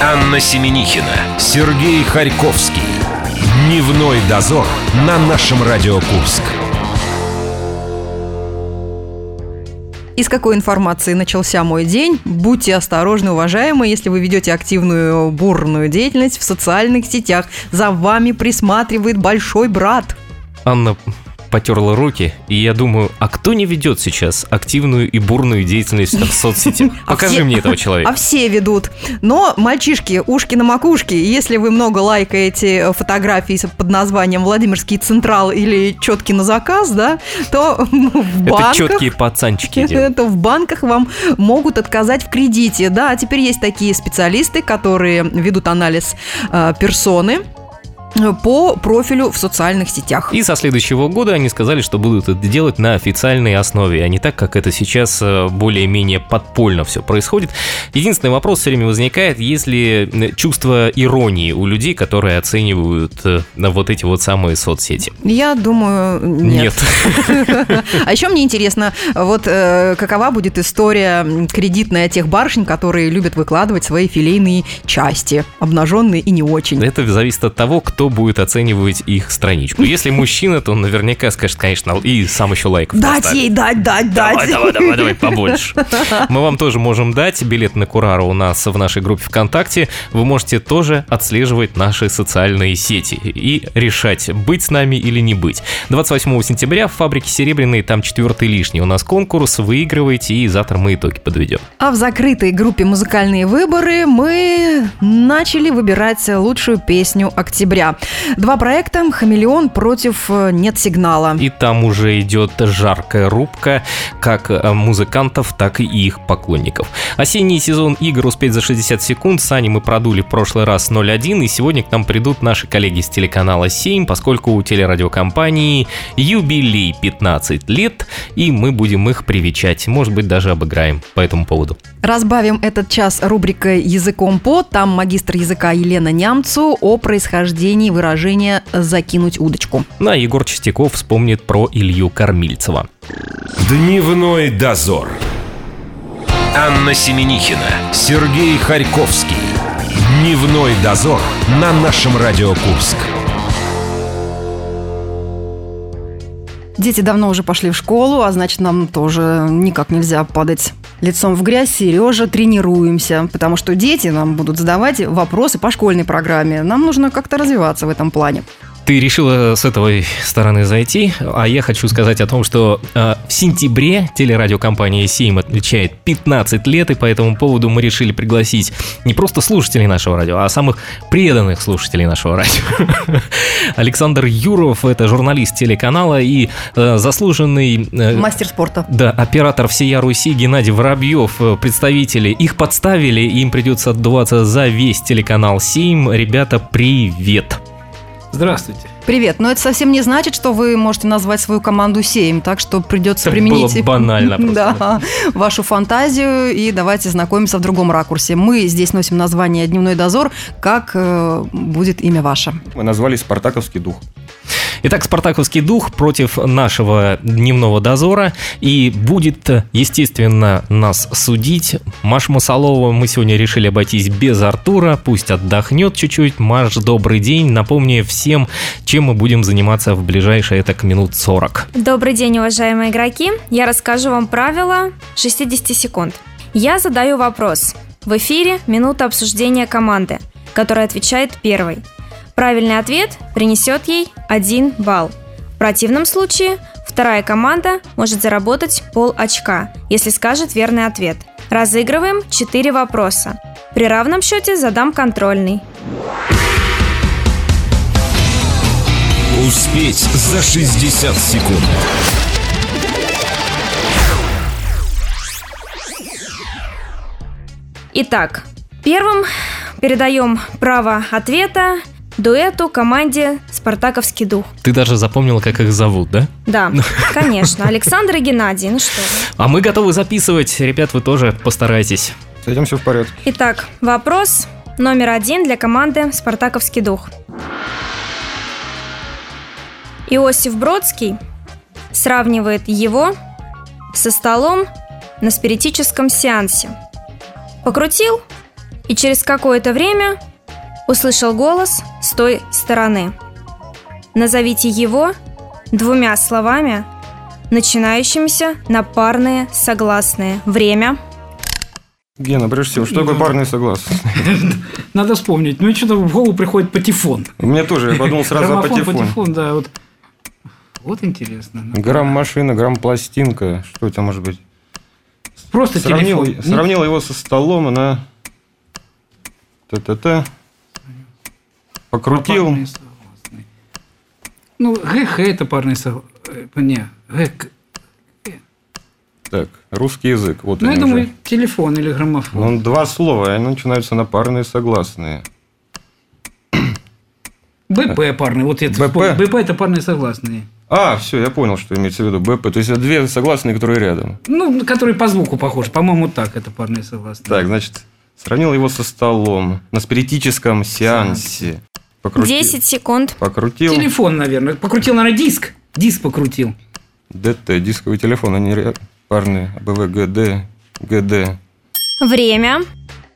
Анна Семенихина, Сергей Харьковский. Дневной дозор на нашем Радио Курск. Из какой информации начался мой день? Будьте осторожны, уважаемые, если вы ведете активную бурную деятельность в социальных сетях. За вами присматривает большой брат. Анна потерла руки, и я думаю, а кто не ведет сейчас активную и бурную деятельность в соцсетях? А Покажи все- мне этого человека. А все ведут. Но, мальчишки, ушки на макушке, и если вы много лайкаете фотографии с- под названием «Владимирский Централ» или «Четки на заказ», да, то ну, в Это банках... четкие пацанчики делают. то в банках вам могут отказать в кредите. Да, теперь есть такие специалисты, которые ведут анализ э, персоны э, по профилю в социальных сетях. И со следующего года они сказали, что будут это делать на официальной основе, а не так, как это сейчас э, более-менее подпольно все происходит. Единственный вопрос все время возникает, есть ли э, чувство иронии у людей, которые оценивают э, на вот эти вот самые соцсети. Я думаю, нет. А еще мне интересно, вот э, какова будет история м, кредитная тех барышень, которые любят выкладывать свои филейные части, обнаженные и не очень. Это зависит от того, кто будет оценивать их страничку. Если мужчина, то он наверняка скажет, конечно, и сам еще лайков Дать поставит. ей, дать, дать, Давай, дать. давай, давай, давай, побольше. Мы вам тоже можем дать. Билет на Курару у нас в нашей группе ВКонтакте. Вы можете тоже отслеживать наши социальные сети и решать, быть с нами или не быть. 28 сентября в фабрике «Серебряный» там четвертый лишний. У нас конкурс, выигрывайте, и завтра мы итоги подведем. А в закрытой группе «Музыкальные выборы» мы начали выбирать лучшую песню октября. Два проекта «Хамелеон» против э, «Нет сигнала». И там уже идет жаркая рубка как э, музыкантов, так и их поклонников. Осенний сезон игр успеть за 60 секунд. Сани мы продули в прошлый раз 0.1, и сегодня к нам придут наши коллеги с телеканала 7, поскольку у телерадиокомпании юбилей 15 лет, и мы будем их привечать. Может быть, даже обыграем по этому поводу. Разбавим этот час рубрикой «Языком по». Там магистр языка Елена Нямцу о происхождении выражения «закинуть удочку». Ну, а Егор Чистяков вспомнит про Илью Кормильцева. Дневной дозор. Анна Семенихина, Сергей Харьковский. Дневной дозор на нашем Радио Курск. Дети давно уже пошли в школу, а значит, нам тоже никак нельзя падать лицом в грязь. Сережа, тренируемся, потому что дети нам будут задавать вопросы по школьной программе. Нам нужно как-то развиваться в этом плане. Ты решила с этой стороны зайти, а я хочу сказать о том, что э, в сентябре телерадиокомпания «Сейм» отмечает 15 лет, и по этому поводу мы решили пригласить не просто слушателей нашего радио, а самых преданных слушателей нашего радио. Александр Юров – это журналист телеканала и э, заслуженный... э, Мастер спорта. да, оператор всея Руси Геннадий Воробьев, э, представители, их подставили, и им придется отдуваться за весь телеканал «Сейм». Ребята, привет! Здравствуйте. Привет, но это совсем не значит, что вы можете назвать свою команду «Сеем», так что придется Это применить было банально просто, да, вашу фантазию и давайте знакомимся в другом ракурсе. Мы здесь носим название «Дневной дозор», как э, будет имя ваше. Мы назвали «Спартаковский дух». Итак, «Спартаковский дух» против нашего дневного дозора. И будет, э, естественно, нас судить. Маша Масалова мы сегодня решили обойтись без Артура. Пусть отдохнет чуть-чуть. Маш, добрый день. Напомни всем, чем мы будем заниматься в ближайшие, так, минут 40. Добрый день, уважаемые игроки. Я расскажу вам правила 60 секунд. Я задаю вопрос. В эфире минута обсуждения команды, которая отвечает первой. Правильный ответ принесет ей 1 балл. В противном случае вторая команда может заработать пол очка, если скажет верный ответ. Разыгрываем 4 вопроса. При равном счете задам контрольный. Успеть за 60 секунд. Итак, первым передаем право ответа дуэту команде «Спартаковский дух». Ты даже запомнила, как их зовут, да? Да, конечно. Александр и Геннадий, ну что вы. А мы готовы записывать. Ребят, вы тоже постарайтесь. С этим все в порядке. Итак, вопрос номер один для команды «Спартаковский дух». Иосиф Бродский сравнивает его со столом на спиритическом сеансе. Покрутил и через какое-то время услышал голос с той стороны. Назовите его двумя словами, начинающимися на парные согласные. Время. Гена, прежде всего, Ну, что такое парный согласный? Надо вспомнить. Ну, и что-то в голову приходит патефон. Мне тоже, я подумал сразу о Граммофон, патефоне. патефон, да. Вот, вот интересно. Ну, Грамм-машина, грамм-пластинка. Что это может быть? Просто Сравнил, телефон. Ну, сравнила его со столом, она... Та-та-та. Покрутил. Ну, парные согласные. Ну, ГХ это парный согласный. Не, ГК. Так, русский язык. Вот Ну, я они уже. думаю, телефон или Ну, граммофон. он два слова, и они начинаются на парные согласные. БП парный. Вот это БП? вспомнил. БП это парные согласные. А, все, я понял, что имеется в виду БП. То есть это две согласные, которые рядом. Ну, который по звуку похож. По-моему, так это парные согласные. Так, значит, сравнил его со столом на спиритическом сеансе. Покрутил. 10 секунд. Покрутил. Телефон, наверное. Покрутил, наверное, диск. Диск покрутил. ДТ, дисковый телефон, они ре- а парные. АБВ, ГД, ГД. Время.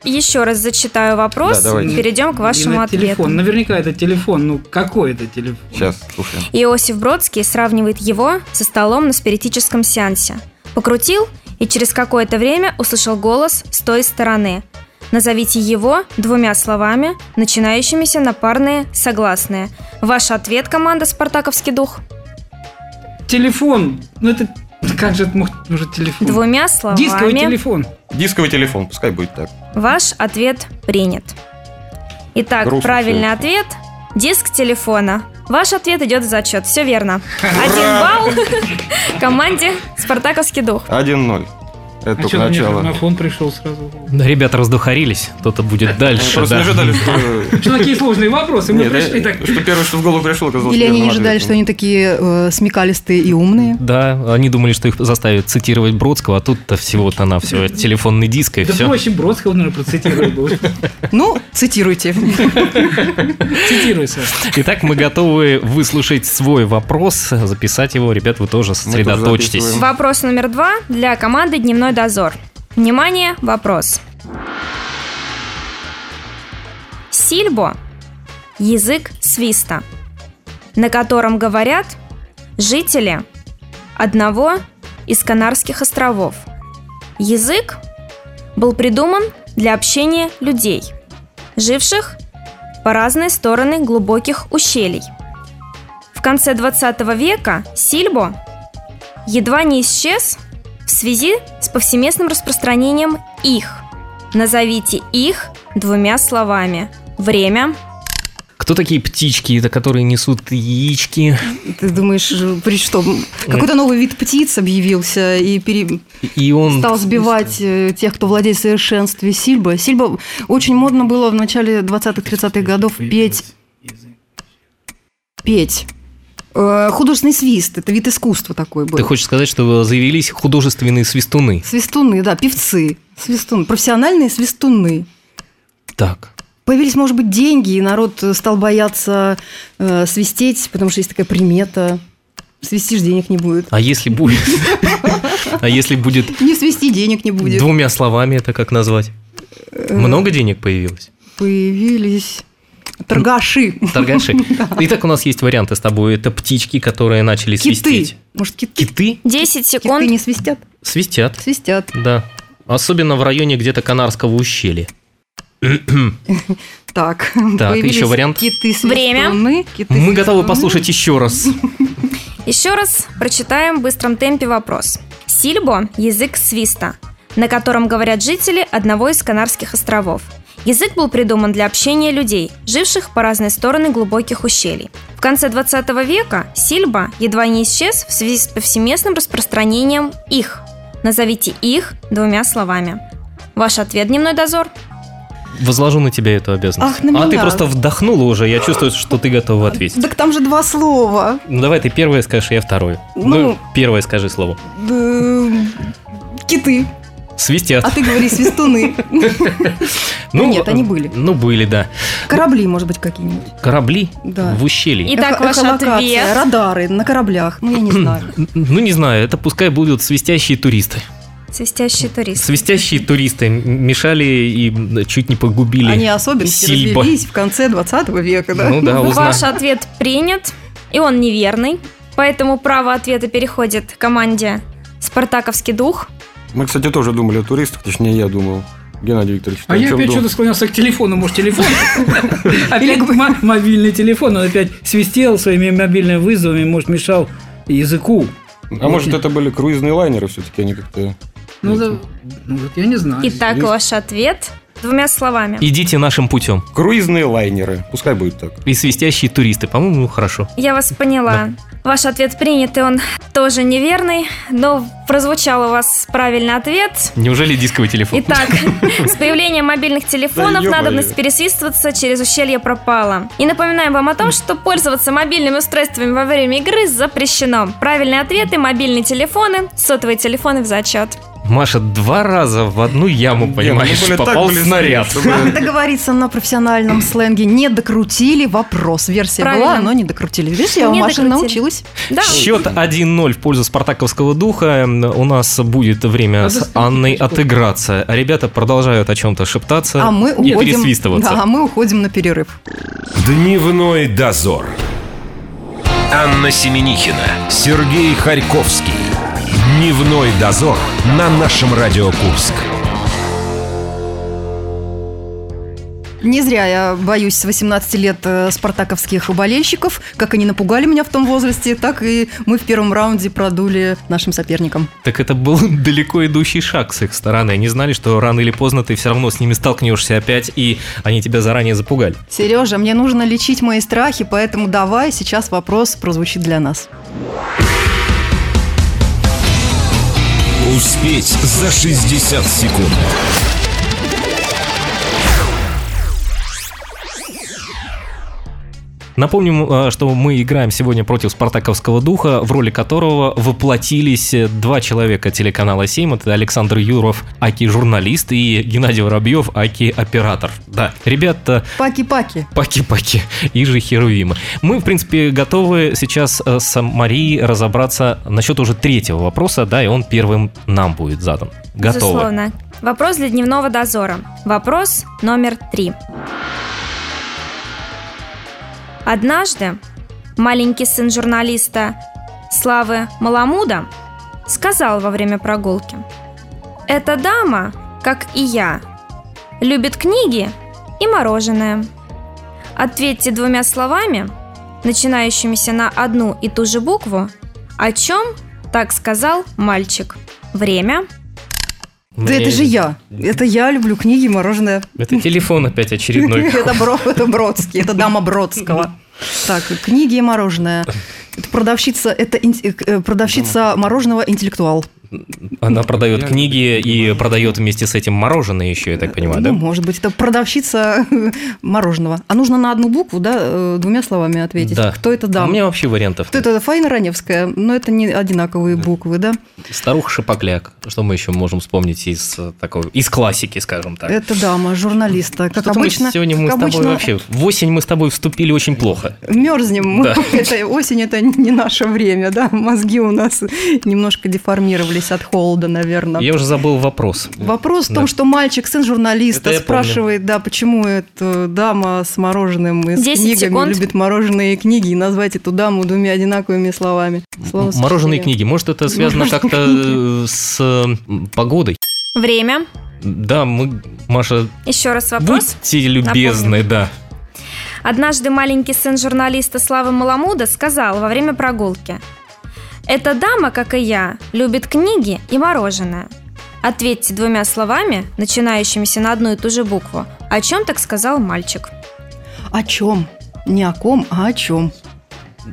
Еще раз зачитаю вопрос. Да, давайте. Перейдем к И вашему на ответу. телефон. Наверняка это телефон. Ну, какой это телефон? Сейчас, слушаем. Иосиф Бродский сравнивает его со столом на спиритическом сеансе. Покрутил и через какое-то время услышал голос с той стороны. Назовите его двумя словами, начинающимися на парные согласные. Ваш ответ, команда «Спартаковский дух». Телефон. Ну, это... Как же это может уже телефон? Двумя словами. Дисковый телефон. Дисковый телефон, пускай будет так. Ваш ответ принят. Итак, Грустно правильный всё. ответ – диск телефона. Ваш ответ идет в зачет. Все верно. Один балл команде «Спартаковский дух». 1-0. Это А только что, на мне начало. граммофон пришел сразу. Да, Ребята раздухарились, кто-то будет дальше. Просто не да. ожидали, что... Что такие сложные вопросы? Мы Нет, э, пришли я- так... что первое, что в голову пришло, оказалось Или они не верным ожидали, ответом. что они такие э, смекалистые и умные? Да, они думали, что их заставят цитировать Бродского, а тут-то всего-то на все телефонный диск и Да все. проще Бродского, наверное, процитировать было. Ну, цитируйте. Цитируй, Саша. Итак, мы готовы выслушать свой вопрос, записать его. Ребят, вы тоже сосредоточьтесь. записываем. Вопрос номер два для команды «Дневной дозор». Внимание, вопрос. Сильбо – язык свиста, на котором говорят жители одного из Канарских островов. Язык был придуман для общения людей, живших по разные стороны глубоких ущелий. В конце 20 века Сильбо едва не исчез в связи с повсеместным распространением их. Назовите их двумя словами. Время. Кто такие птички, это которые несут яички? Ты думаешь, э, при что? м, Какой-то новый вид птиц объявился и пере- И он... стал сбивать э, тех, кто владеет в совершенстве Сильба. Сильба очень модно было в начале 20-30-х годов петь. Петь. Э, Художественный свист. Это вид искусства такой был. Ты хочешь сказать, что заявились художественные свистуны? Свистуны, да, певцы. Свистуны. Профессиональные свистуны. Так. Появились, может быть, деньги, и народ э, стал бояться э, свистеть, потому что есть такая примета. Свистишь, денег не будет. А если будет... А если будет Не свисти, денег не будет. двумя словами, это как назвать? Э, Много денег появилось? Появились торгаши. Торгаши. Итак, у нас есть варианты с тобой. Это птички, которые начали свистеть. Киты. Может, киты? Киты 10 Киты секунд. не свистят? свистят. Свистят. Да. Особенно в районе где-то Канарского ущелья. Так. Так, появились еще вариант. Киты Время. свистуны. Киты Мы готовы свистуны. послушать еще раз. Еще раз прочитаем в быстром темпе вопрос. Сильбо – язык свиста, на котором говорят жители одного из Канарских островов. Язык был придуман для общения людей, живших по разные стороны глубоких ущелий. В конце 20 века сильба едва не исчез в связи с повсеместным распространением их. Назовите их двумя словами. Ваш ответ, дневной дозор? Возложу на тебя эту обязанность. Ах, на А ты меня. просто вдохнула уже, я чувствую, что ты готова ответить. Так там же два слова. Ну давай ты первое скажешь, я второе. Ну, Ну. первое скажи слово. Эм, Киты. Свистят. А ты говори свистуны. Ну, нет, они были. Ну, были, да. Корабли, может быть, какие-нибудь. Корабли Да. в ущелье. Итак, Эхо- ваш эхолокация, ответ. Хм. Радары на кораблях. Ну, я не знаю. Ну, не знаю, это пускай будут свистящие туристы. Свистящие туристы. Свистящие туристы мешали и чуть не погубили Они особенности Сильба. развелись в конце 20 века, да? Ну А да, узна- Ваш ответ принят, и он неверный. Поэтому право ответа переходит к команде «Спартаковский дух». Мы, кстати, тоже думали о туристах, точнее, я думал. Геннадий Викторович, ты А о я чем опять думал? что-то склонялся к телефону. Может, телефон? Опять мо- мобильный телефон. Он опять свистел своими мобильными вызовами, может, мешал языку. А может, это были круизные лайнеры все-таки, они как-то... Ну, да, ну, вот я не знаю. Итак, есть. ваш ответ двумя словами. Идите нашим путем. Круизные лайнеры, пускай будет так. И свистящие туристы. По-моему, ну, хорошо. Я вас поняла. Ваш ответ принят, и он тоже неверный, но прозвучал у вас правильный ответ. Неужели дисковый телефон? Итак, с появлением мобильных телефонов Да ё-моё. надобность пересвистываться через ущелье пропала. И напоминаем вам о том, что пользоваться мобильными устройствами во время игры запрещено. Правильные ответы – мобильные телефоны, сотовые телефоны в зачет. Маша два раза в одну яму, понимаешь, Гена, ну, были так попал близки, снаряд. что, А Как блин, договориться на профессиональном сленге, не докрутили вопрос. Версия была, Правильно. но не докрутили. Видишь, я у Не Маши докрутили. научилась. Да. Счет 1-0 в пользу спартаковского духа. У нас будет время А с достань Анной книжку. отыграться. Ребята продолжают о чем-то шептаться А мы и уходим. пересвистываться. Да, а мы уходим на перерыв. Дневной дозор. Анна Семенихина, Сергей Харьковский. Дневной дозор на нашем Радио Курск. Не зря я боюсь с 18 лет э, спартаковских болельщиков. Как они напугали меня в том возрасте, так и мы в первом раунде продули нашим соперникам. Так это был далеко идущий шаг с их стороны. Они знали, что рано или поздно ты все равно с ними столкнешься опять, и они тебя заранее запугали. Сережа, мне нужно лечить мои страхи, поэтому давай сейчас вопрос прозвучит для нас. Успеть за 60 секунд. Напомним, э, что мы играем сегодня против спартаковского духа, в роли которого воплотились э, два человека телеканала 7. Это Александр Юров, аки журналист, и Геннадий Воробьев, аки оператор. Да, ребята, Паки-паки. паки-паки, и же Херувимы. Мы, в принципе, готовы сейчас э, с Марией разобраться насчет уже третьего вопроса, да, и он первым нам будет задан. Готовы. Безусловно. Вопрос для дневного дозора. Вопрос номер три. Однажды маленький сын журналиста Славы Маламуда сказал во время прогулки. Эта дама, как и я, любит книги и мороженое. Ответьте двумя словами, начинающимися на одну и ту же букву, о чем так сказал мальчик. Время – Да это же я. я. Это я люблю книги, мороженое. Это телефон опять очередной. Это, Бро- это Бродский, это дама Бродского. Так, книги и мороженое. Это продавщица, это ин- э, э, продавщица мороженого интеллектуал. Она продает книги и продает вместе с этим мороженое еще, я так понимаю, ну, да? может быть, это продавщица мороженого. А нужно на одну букву, да, э, двумя словами ответить. Да. А Кто это У дама? меня вообще вариантов. Кто это Фаина Раневская, но это не одинаковые буквы, да? нет. Старуха Шапокляк. Что мы еще можем вспомнить из э, такого, из классики, скажем так. Это дама, журналиста. Как Что-то мы обычно, сегодня мы как с тобой обычно, вообще в осень мы с тобой вступили очень плохо. мерзнем. Да. Это осень, это не наше время, да? Мозги у нас немножко деформировались от холода, наверное. Я уже забыл вопрос. Вопрос в Да. том, что мальчик, сын журналиста, Это я спрашивает, да, почему эта дама с мороженым и с 10 книгами секунд. любит мороженые книги, и назвать эту даму двумя одинаковыми словами. Слово М- Мороженые сочетание. книги. Может, это связано Мороженые как-то э, с э, м, погодой? Время. Да, мы, Маша, Еще раз вопрос. будьте любезны, да. Однажды маленький сын журналиста Славы Маламуда сказал во время прогулки. Эта дама, как и я, любит книги и мороженое. Ответьте двумя словами, начинающимися на одну и ту же букву. О чем так сказал мальчик? О чем? Не о ком, а о чем.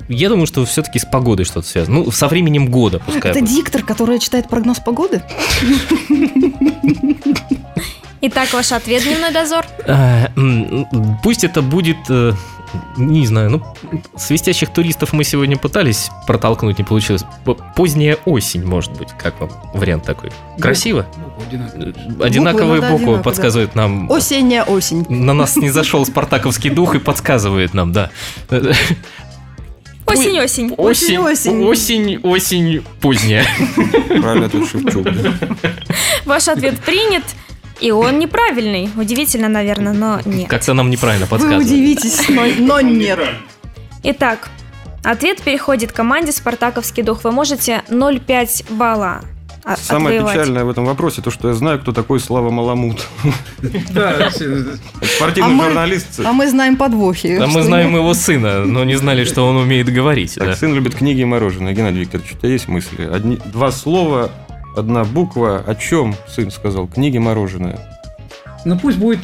Я думаю, что все-таки с погодой что-то связано. Ну, со временем года, пускай. Это будет. диктор, который читает прогноз погоды? Итак, ваш ответ, дневной дозор. А, м, м, Пусть это будет, э, не знаю, ну, свистящих туристов мы сегодня пытались протолкнуть, не получилось. П- Поздняя осень, может быть, как вам вариант такой? Красиво? Буква одинаковая. Э, Одинаковые надо буквы одинаково, подсказывают нам... Осенняя осень. На нас не зашел спартаковский дух и подсказывает нам, да. Осень, Осень-осень. Осень-осень. осень, осень, осень поздняя. Правильно, тут Шевчук. да. Ваш ответ принят, и он неправильный. Удивительно, наверное, но нет. Как-то нам неправильно Вы подсказывают. удивитесь, но, но нет. Итак, ответ переходит к команде «Спартаковский дух». Вы можете 0,5 балла А, о- Самое отвоевать. печальное в этом вопросе, то, что я знаю, кто такой Слава Маламут. Да, Это А Спортивный мы- журналист. А мы знаем подвохи. Да, мы что знаем нет. его сына, но не знали, что он умеет говорить. Так, да. сын любит книги и мороженое. Геннадий Викторович, у тебя есть мысли? Одни, два слова, одна буква. О чем сын сказал? Книги мороженое. Ну пусть будет.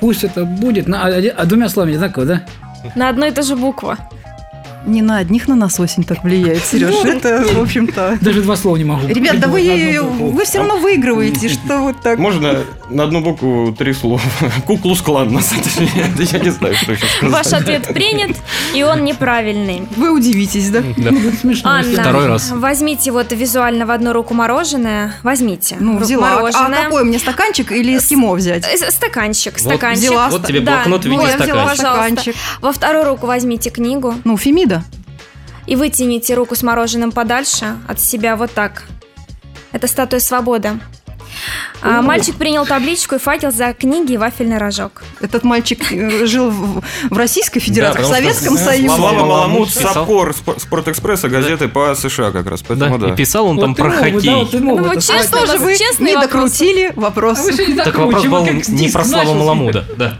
Пусть это будет. на- а- а двумя словами одинаково, да? На одну и ту же букву. Не на одних на нас осень так влияет, Сереж. Это, в общем-то... Даже два слова не могу. Ну, Ребят, да вы, Одну букву. вы все равно выигрываете, что вот так. Можно на одну букву три слова? Куклу склад, на самом деле. Я не знаю, что еще Ваш сказать. ответ принят, и он неправильный. Вы удивитесь, да? Да. Будет смешно. если- Анна, Второй раз. возьмите вот визуально в одну руку мороженое. Возьмите. Ну, Ру- взяла. А- А мороженое. какой мне стаканчик или эскимо взять? Э, с- Стаканчик, Вот стаканчик. взяла. Вот тебе Да, блокнот в виде вот я взяла стаканчика. Пожалуйста. Во вторую руку возьмите книгу Ну, Фемида. и вытяните руку с мороженым подальше от себя вот так. Это статуя свободы. А, мальчик принял табличку и факел за книги и вафельный рожок. Этот мальчик э, жил в в Российской Федерации, в потому что- Советском Да, Союзе. слава Слава Маламут Маламут, писал. Сапкор, Спо- Спортэкспресса, газеты по США как раз. Да, Поэтому да. И писал он Вот там ты про мог бы, хоккей. Да, вот ты мог Ну, это вот сказать. честно, Что же вы Честные не вопросы. докрутили вопрос? А вы же не Так докручивали, вопрос был как не диск про Славу начался. Маламуда. Да.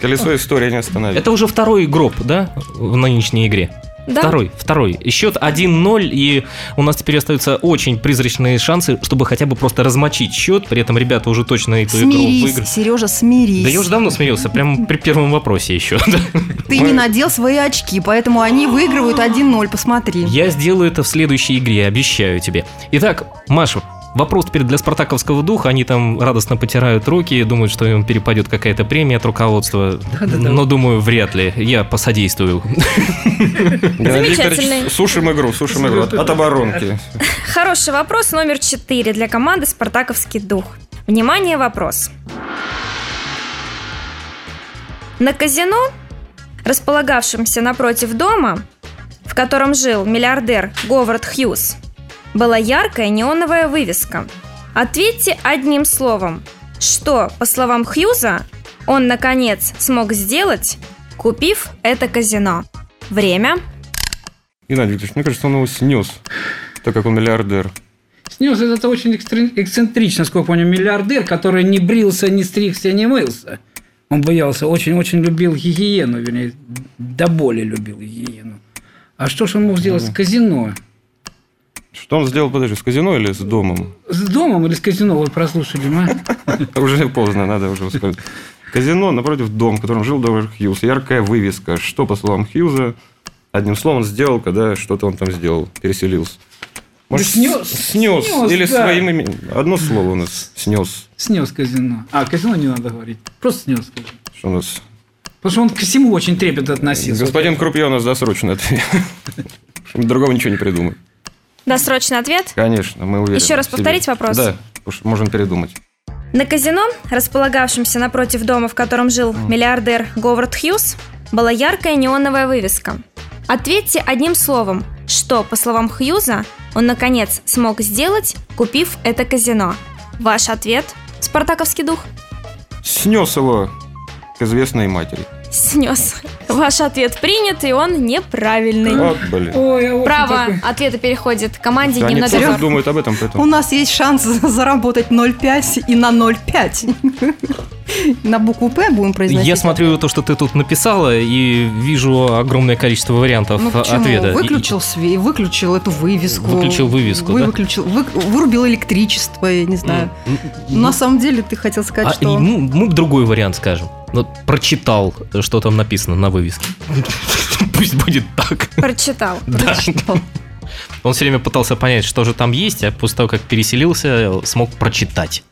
Колесо истории не остановит. Это уже второй гроб, да, в нынешней игре? Да? Второй, второй. Счет 1-0, и у нас теперь остаются очень призрачные шансы, чтобы хотя бы просто размочить счет. При этом ребята уже точно эту игру Смирись, выиграют. Сережа, смирись. Да я уже давно смирился, прямо при первом вопросе еще. Ты не надел свои очки, поэтому они выигрывают 1-0, посмотри. Я сделаю это в следующей игре, обещаю тебе. Итак, Маша, вопрос теперь для спартаковского духа. Они там радостно потирают руки, думают, что им перепадет какая-то премия от руководства. Да-да-да. Но думаю, вряд ли. Я посодействую. Геннадий Викторович, Замечательный. Сушим игру, сушим игру. От оборонки. Хороший вопрос номер 4 для команды «Спартаковский дух». Внимание, вопрос. На казино, располагавшемся напротив дома, в котором жил миллиардер Говард Хьюз, была яркая неоновая вывеска. Ответьте одним словом, что, по словам Хьюза, он, наконец, смог сделать, купив это казино. Время. Геннадий Викторович, мне кажется, он его снес. Так как он миллиардер. Снес это очень экстре- эксцентрично, сколько у него миллиардер, который не брился, не стригся, не мылся. Он боялся, очень-очень любил гигиену, вернее, до боли любил гигиену. А что же он мог сделать с казино? Что он сделал, подожди, с казино или с домом? С домом или с казино? Вот а? прослушали мы. Уже поздно, надо уже сказать. Казино напротив дом, в котором жил Довер Хьюз. Яркая вывеска. Что, по словам Хьюза, одним словом сделал, когда что-то он там сделал, переселился. Да снес, снес, снес, или да. своим именем. Одно слово у нас снес. Снес казино. А, казино не надо говорить. Просто снес. Что у нас? Потому что он ко всему очень трепетно относился. Господин Крупье у нас досрочно ответ. Другого ничего не придумаем. Досрочный ответ. Конечно, мы уверены. Еще раз в себе. повторить вопрос? Да, потому что можно передумать. На казино, располагавшемся напротив дома, в котором жил миллиардер Говард Хьюз, была яркая неоновая вывеска. Ответьте одним словом, что, по словам Хьюза, он наконец смог сделать, купив это казино. Ваш ответ, спартаковский дух, Снес его к известной матери. снес. Ваш ответ принят, и он неправильный. Вот, блин. Ой, а вот Право такой. ответа переходит к команде Они тоже «Дневнодозор». думают об этом, У поэтому... нас есть шанс заработать 0,5 и на 0,5. На букву «П» будем произносить. Я смотрю то, что ты тут написала, и вижу огромное количество вариантов Ну почему? ответа. И- Выключил, све- выключил эту вывеску. Выключил вывеску, Вы- да? выключил, вы- вырубил электричество, я не знаю. На самом деле ты хотел сказать, А, и, что... ну, мы другой вариант скажем. Вот прочитал, что там написано на вывеске. Пусть будет так. Прочитал. Да. Он все время пытался понять, что же там есть, а после того, как переселился, смог прочитать.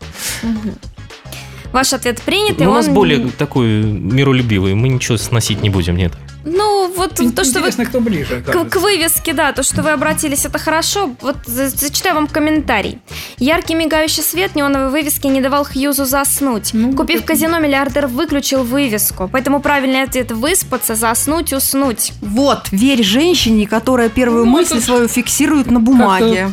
Ваш ответ принят, Но и Ну, у нас он- более такой миролюбивый, мы ничего сносить не будем, нет. Ну, вот Ин- то, что вы Интересно, кто ближе. к, к оказывается. вывеске, да, то, что вы обратились, это хорошо. Вот за- зачитаю вам комментарий. Яркий мигающий свет неоновой вывески не давал Хьюзу заснуть. Ну, Купив казино, миллиардер выключил вывеску. Поэтому правильный ответ – выспаться, заснуть, уснуть. Вот, верь женщине, которая первую Ну, мысль это свою фиксирует на бумаге.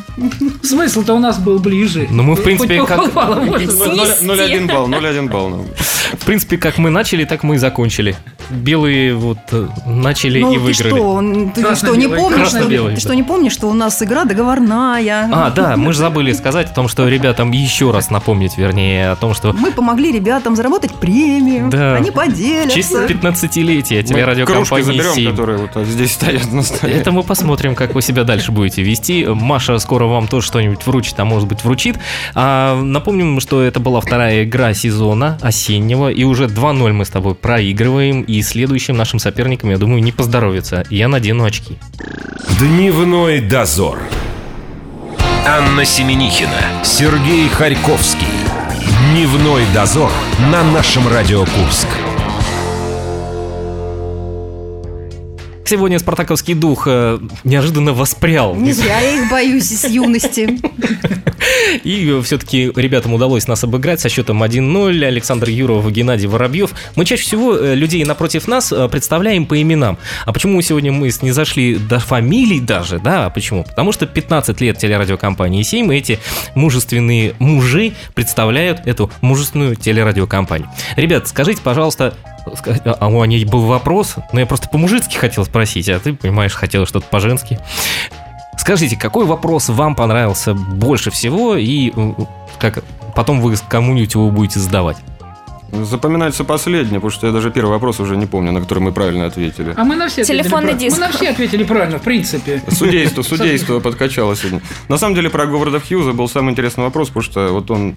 Смысл-то у нас был ближе. Ну, мы, в принципе, Хоть как- попало, Ну, может быть. Снизь. 0,1 балл, 0,1 балл. ну. нам. В принципе, как мы начали, так мы и закончили. Белые вот э, начали ну, и ты выиграли. что, он- ты что, не Красно-белый. помнишь, что, Красно-белый, ты да. что, не помнишь, что у нас игра договорная? А, да, мы же забыли сказать о том, что ребятам еще раз напомнить, вернее, о том, что Мы помогли ребятам заработать премию. Да. Они в поделятся. честь 15-летия Мы кружки телерадиокомпании заберем, 7. которые вот здесь стоят на столе. Это мы посмотрим, как вы себя дальше будете вести. Маша скоро вам тоже что-нибудь вручит, а может быть вручит. А, напомним, что это была вторая игра сезона осеннего, и уже 2-0 мы с тобой проигрываем, и следующим нашим соперникам, я думаю, не поздоровится. Я надену очки. Дневной дозор. Анна Семенихина, Сергей Харьковский. Дневной дозор на нашем Радио Курск. Сегодня спартаковский дух э, неожиданно воспрял. Не зря я их боюсь из юности. И все-таки ребятам удалось нас обыграть со счетом 1-0. Александр Юров, Геннадий Воробьев. Мы чаще всего э, людей напротив нас э, представляем по именам. А почему сегодня мы не зашли до фамилий даже, да? А Почему? Потому что 15 лет телерадиокомпании 7 эти мужественные мужи представляют эту мужественную телерадиокомпанию. Ребят, скажите, пожалуйста, ска- а у ней был вопрос, но я просто по-мужицки хотел спросить, а ты, понимаешь, хотела что-то по-женски. Скажите, какой вопрос вам понравился больше всего и э, как потом вы кому-нибудь его будете задавать? Запоминается последнее, потому что я даже первый вопрос уже не помню, на который мы правильно ответили. А мы на все ответили Телефонный правильно. диск. Мы на все ответили правильно, в принципе. Судейство, судейство подкачало сегодня. На самом деле про Говарда Хьюза был самый интересный вопрос, потому что вот он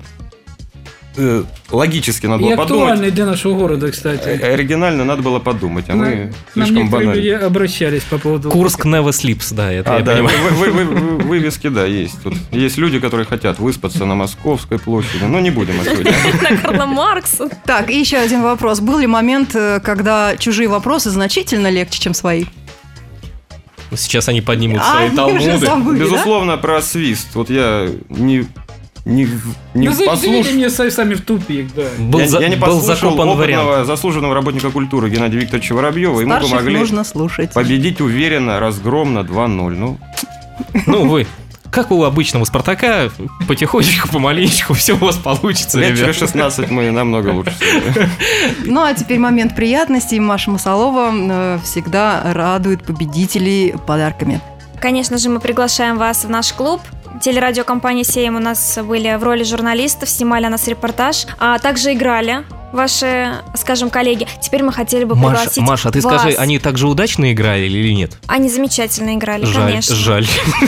э, логически надо И было подумать. актуальный для нашего города, кстати. Э, Оригинально надо было подумать, а Нам- мы Нам слишком некоторые банально. люди обращались по поводу... Курск Never Sleeps, да, это А, я да, понимаю. вы- вы- вы- вы- вывески, да, есть. Тут есть люди, которые хотят выспаться на Московской площади, но не будем о сегодня. На Карла Маркса. Так, и еще один вопрос. Был ли момент, э, когда чужие вопросы значительно легче, чем свои? Сейчас они поднимут А, свои они талмуды. уже забыли, да? Ну, Безусловно, про свист. Вот я не, не, в- не Ну, заведите послуш- меня са- сами в тупик, да. Был, я, за- я не был послушал закопан вариант. опытного, заслуженного работника культуры Геннадия Викторовича Воробьева. Ему Старших помогли нужно слушать. победить уверенно, разгромно 2-0. Ну, Ну, вы, как у обычного Спартака, потихонечку, помаленечку, все у вас получится, лет через ребят. 16 мы намного лучше. стали. Ну, а теперь момент приятностей. Маша Масалова э, всегда радует победителей подарками. Конечно же, мы приглашаем вас в наш клуб. Телерадиокомпания «Сеем» у нас были в роли журналистов, снимали о нас репортаж, а также играли ваши, скажем, коллеги. Теперь мы хотели бы Маш, пригласить Маша, а ты вас. скажи, они так же удачно играли или нет? Они замечательно играли, жаль, конечно. жаль.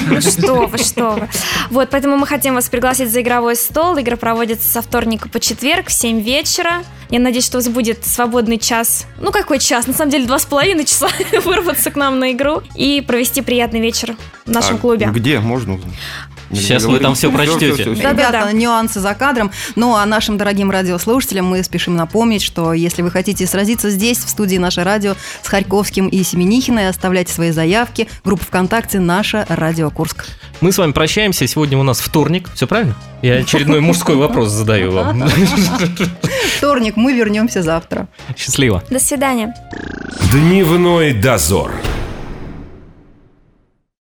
Ну что вы, что вы. Вот, поэтому мы хотим вас пригласить за игровой стол. Игра проводится со вторника по четверг в 7 вечера. Я надеюсь, что у вас будет свободный час. Ну, какой час? На самом деле, два с половиной часа вырваться к нам на игру и провести приятный вечер в нашем А клубе. Где можно узнать? Нельзя Сейчас вы говорить. там всё Всё, прочтёте. всё, всё, всё. Ребята, Да-да-да. нюансы за кадром. Ну, а нашим дорогим радиослушателям мы спешим напомнить, что если вы хотите сразиться здесь, в студии «Наше радио» с Харьковским и Семенихиной, оставляйте свои заявки. Группа ВКонтакте «Наше радио Курск». Мы с вами прощаемся. Сегодня у нас вторник. Все правильно? Я очередной мужской вопрос задаю вам. Вторник, мы вернемся завтра. Счастливо. До свидания. Дневной дозор.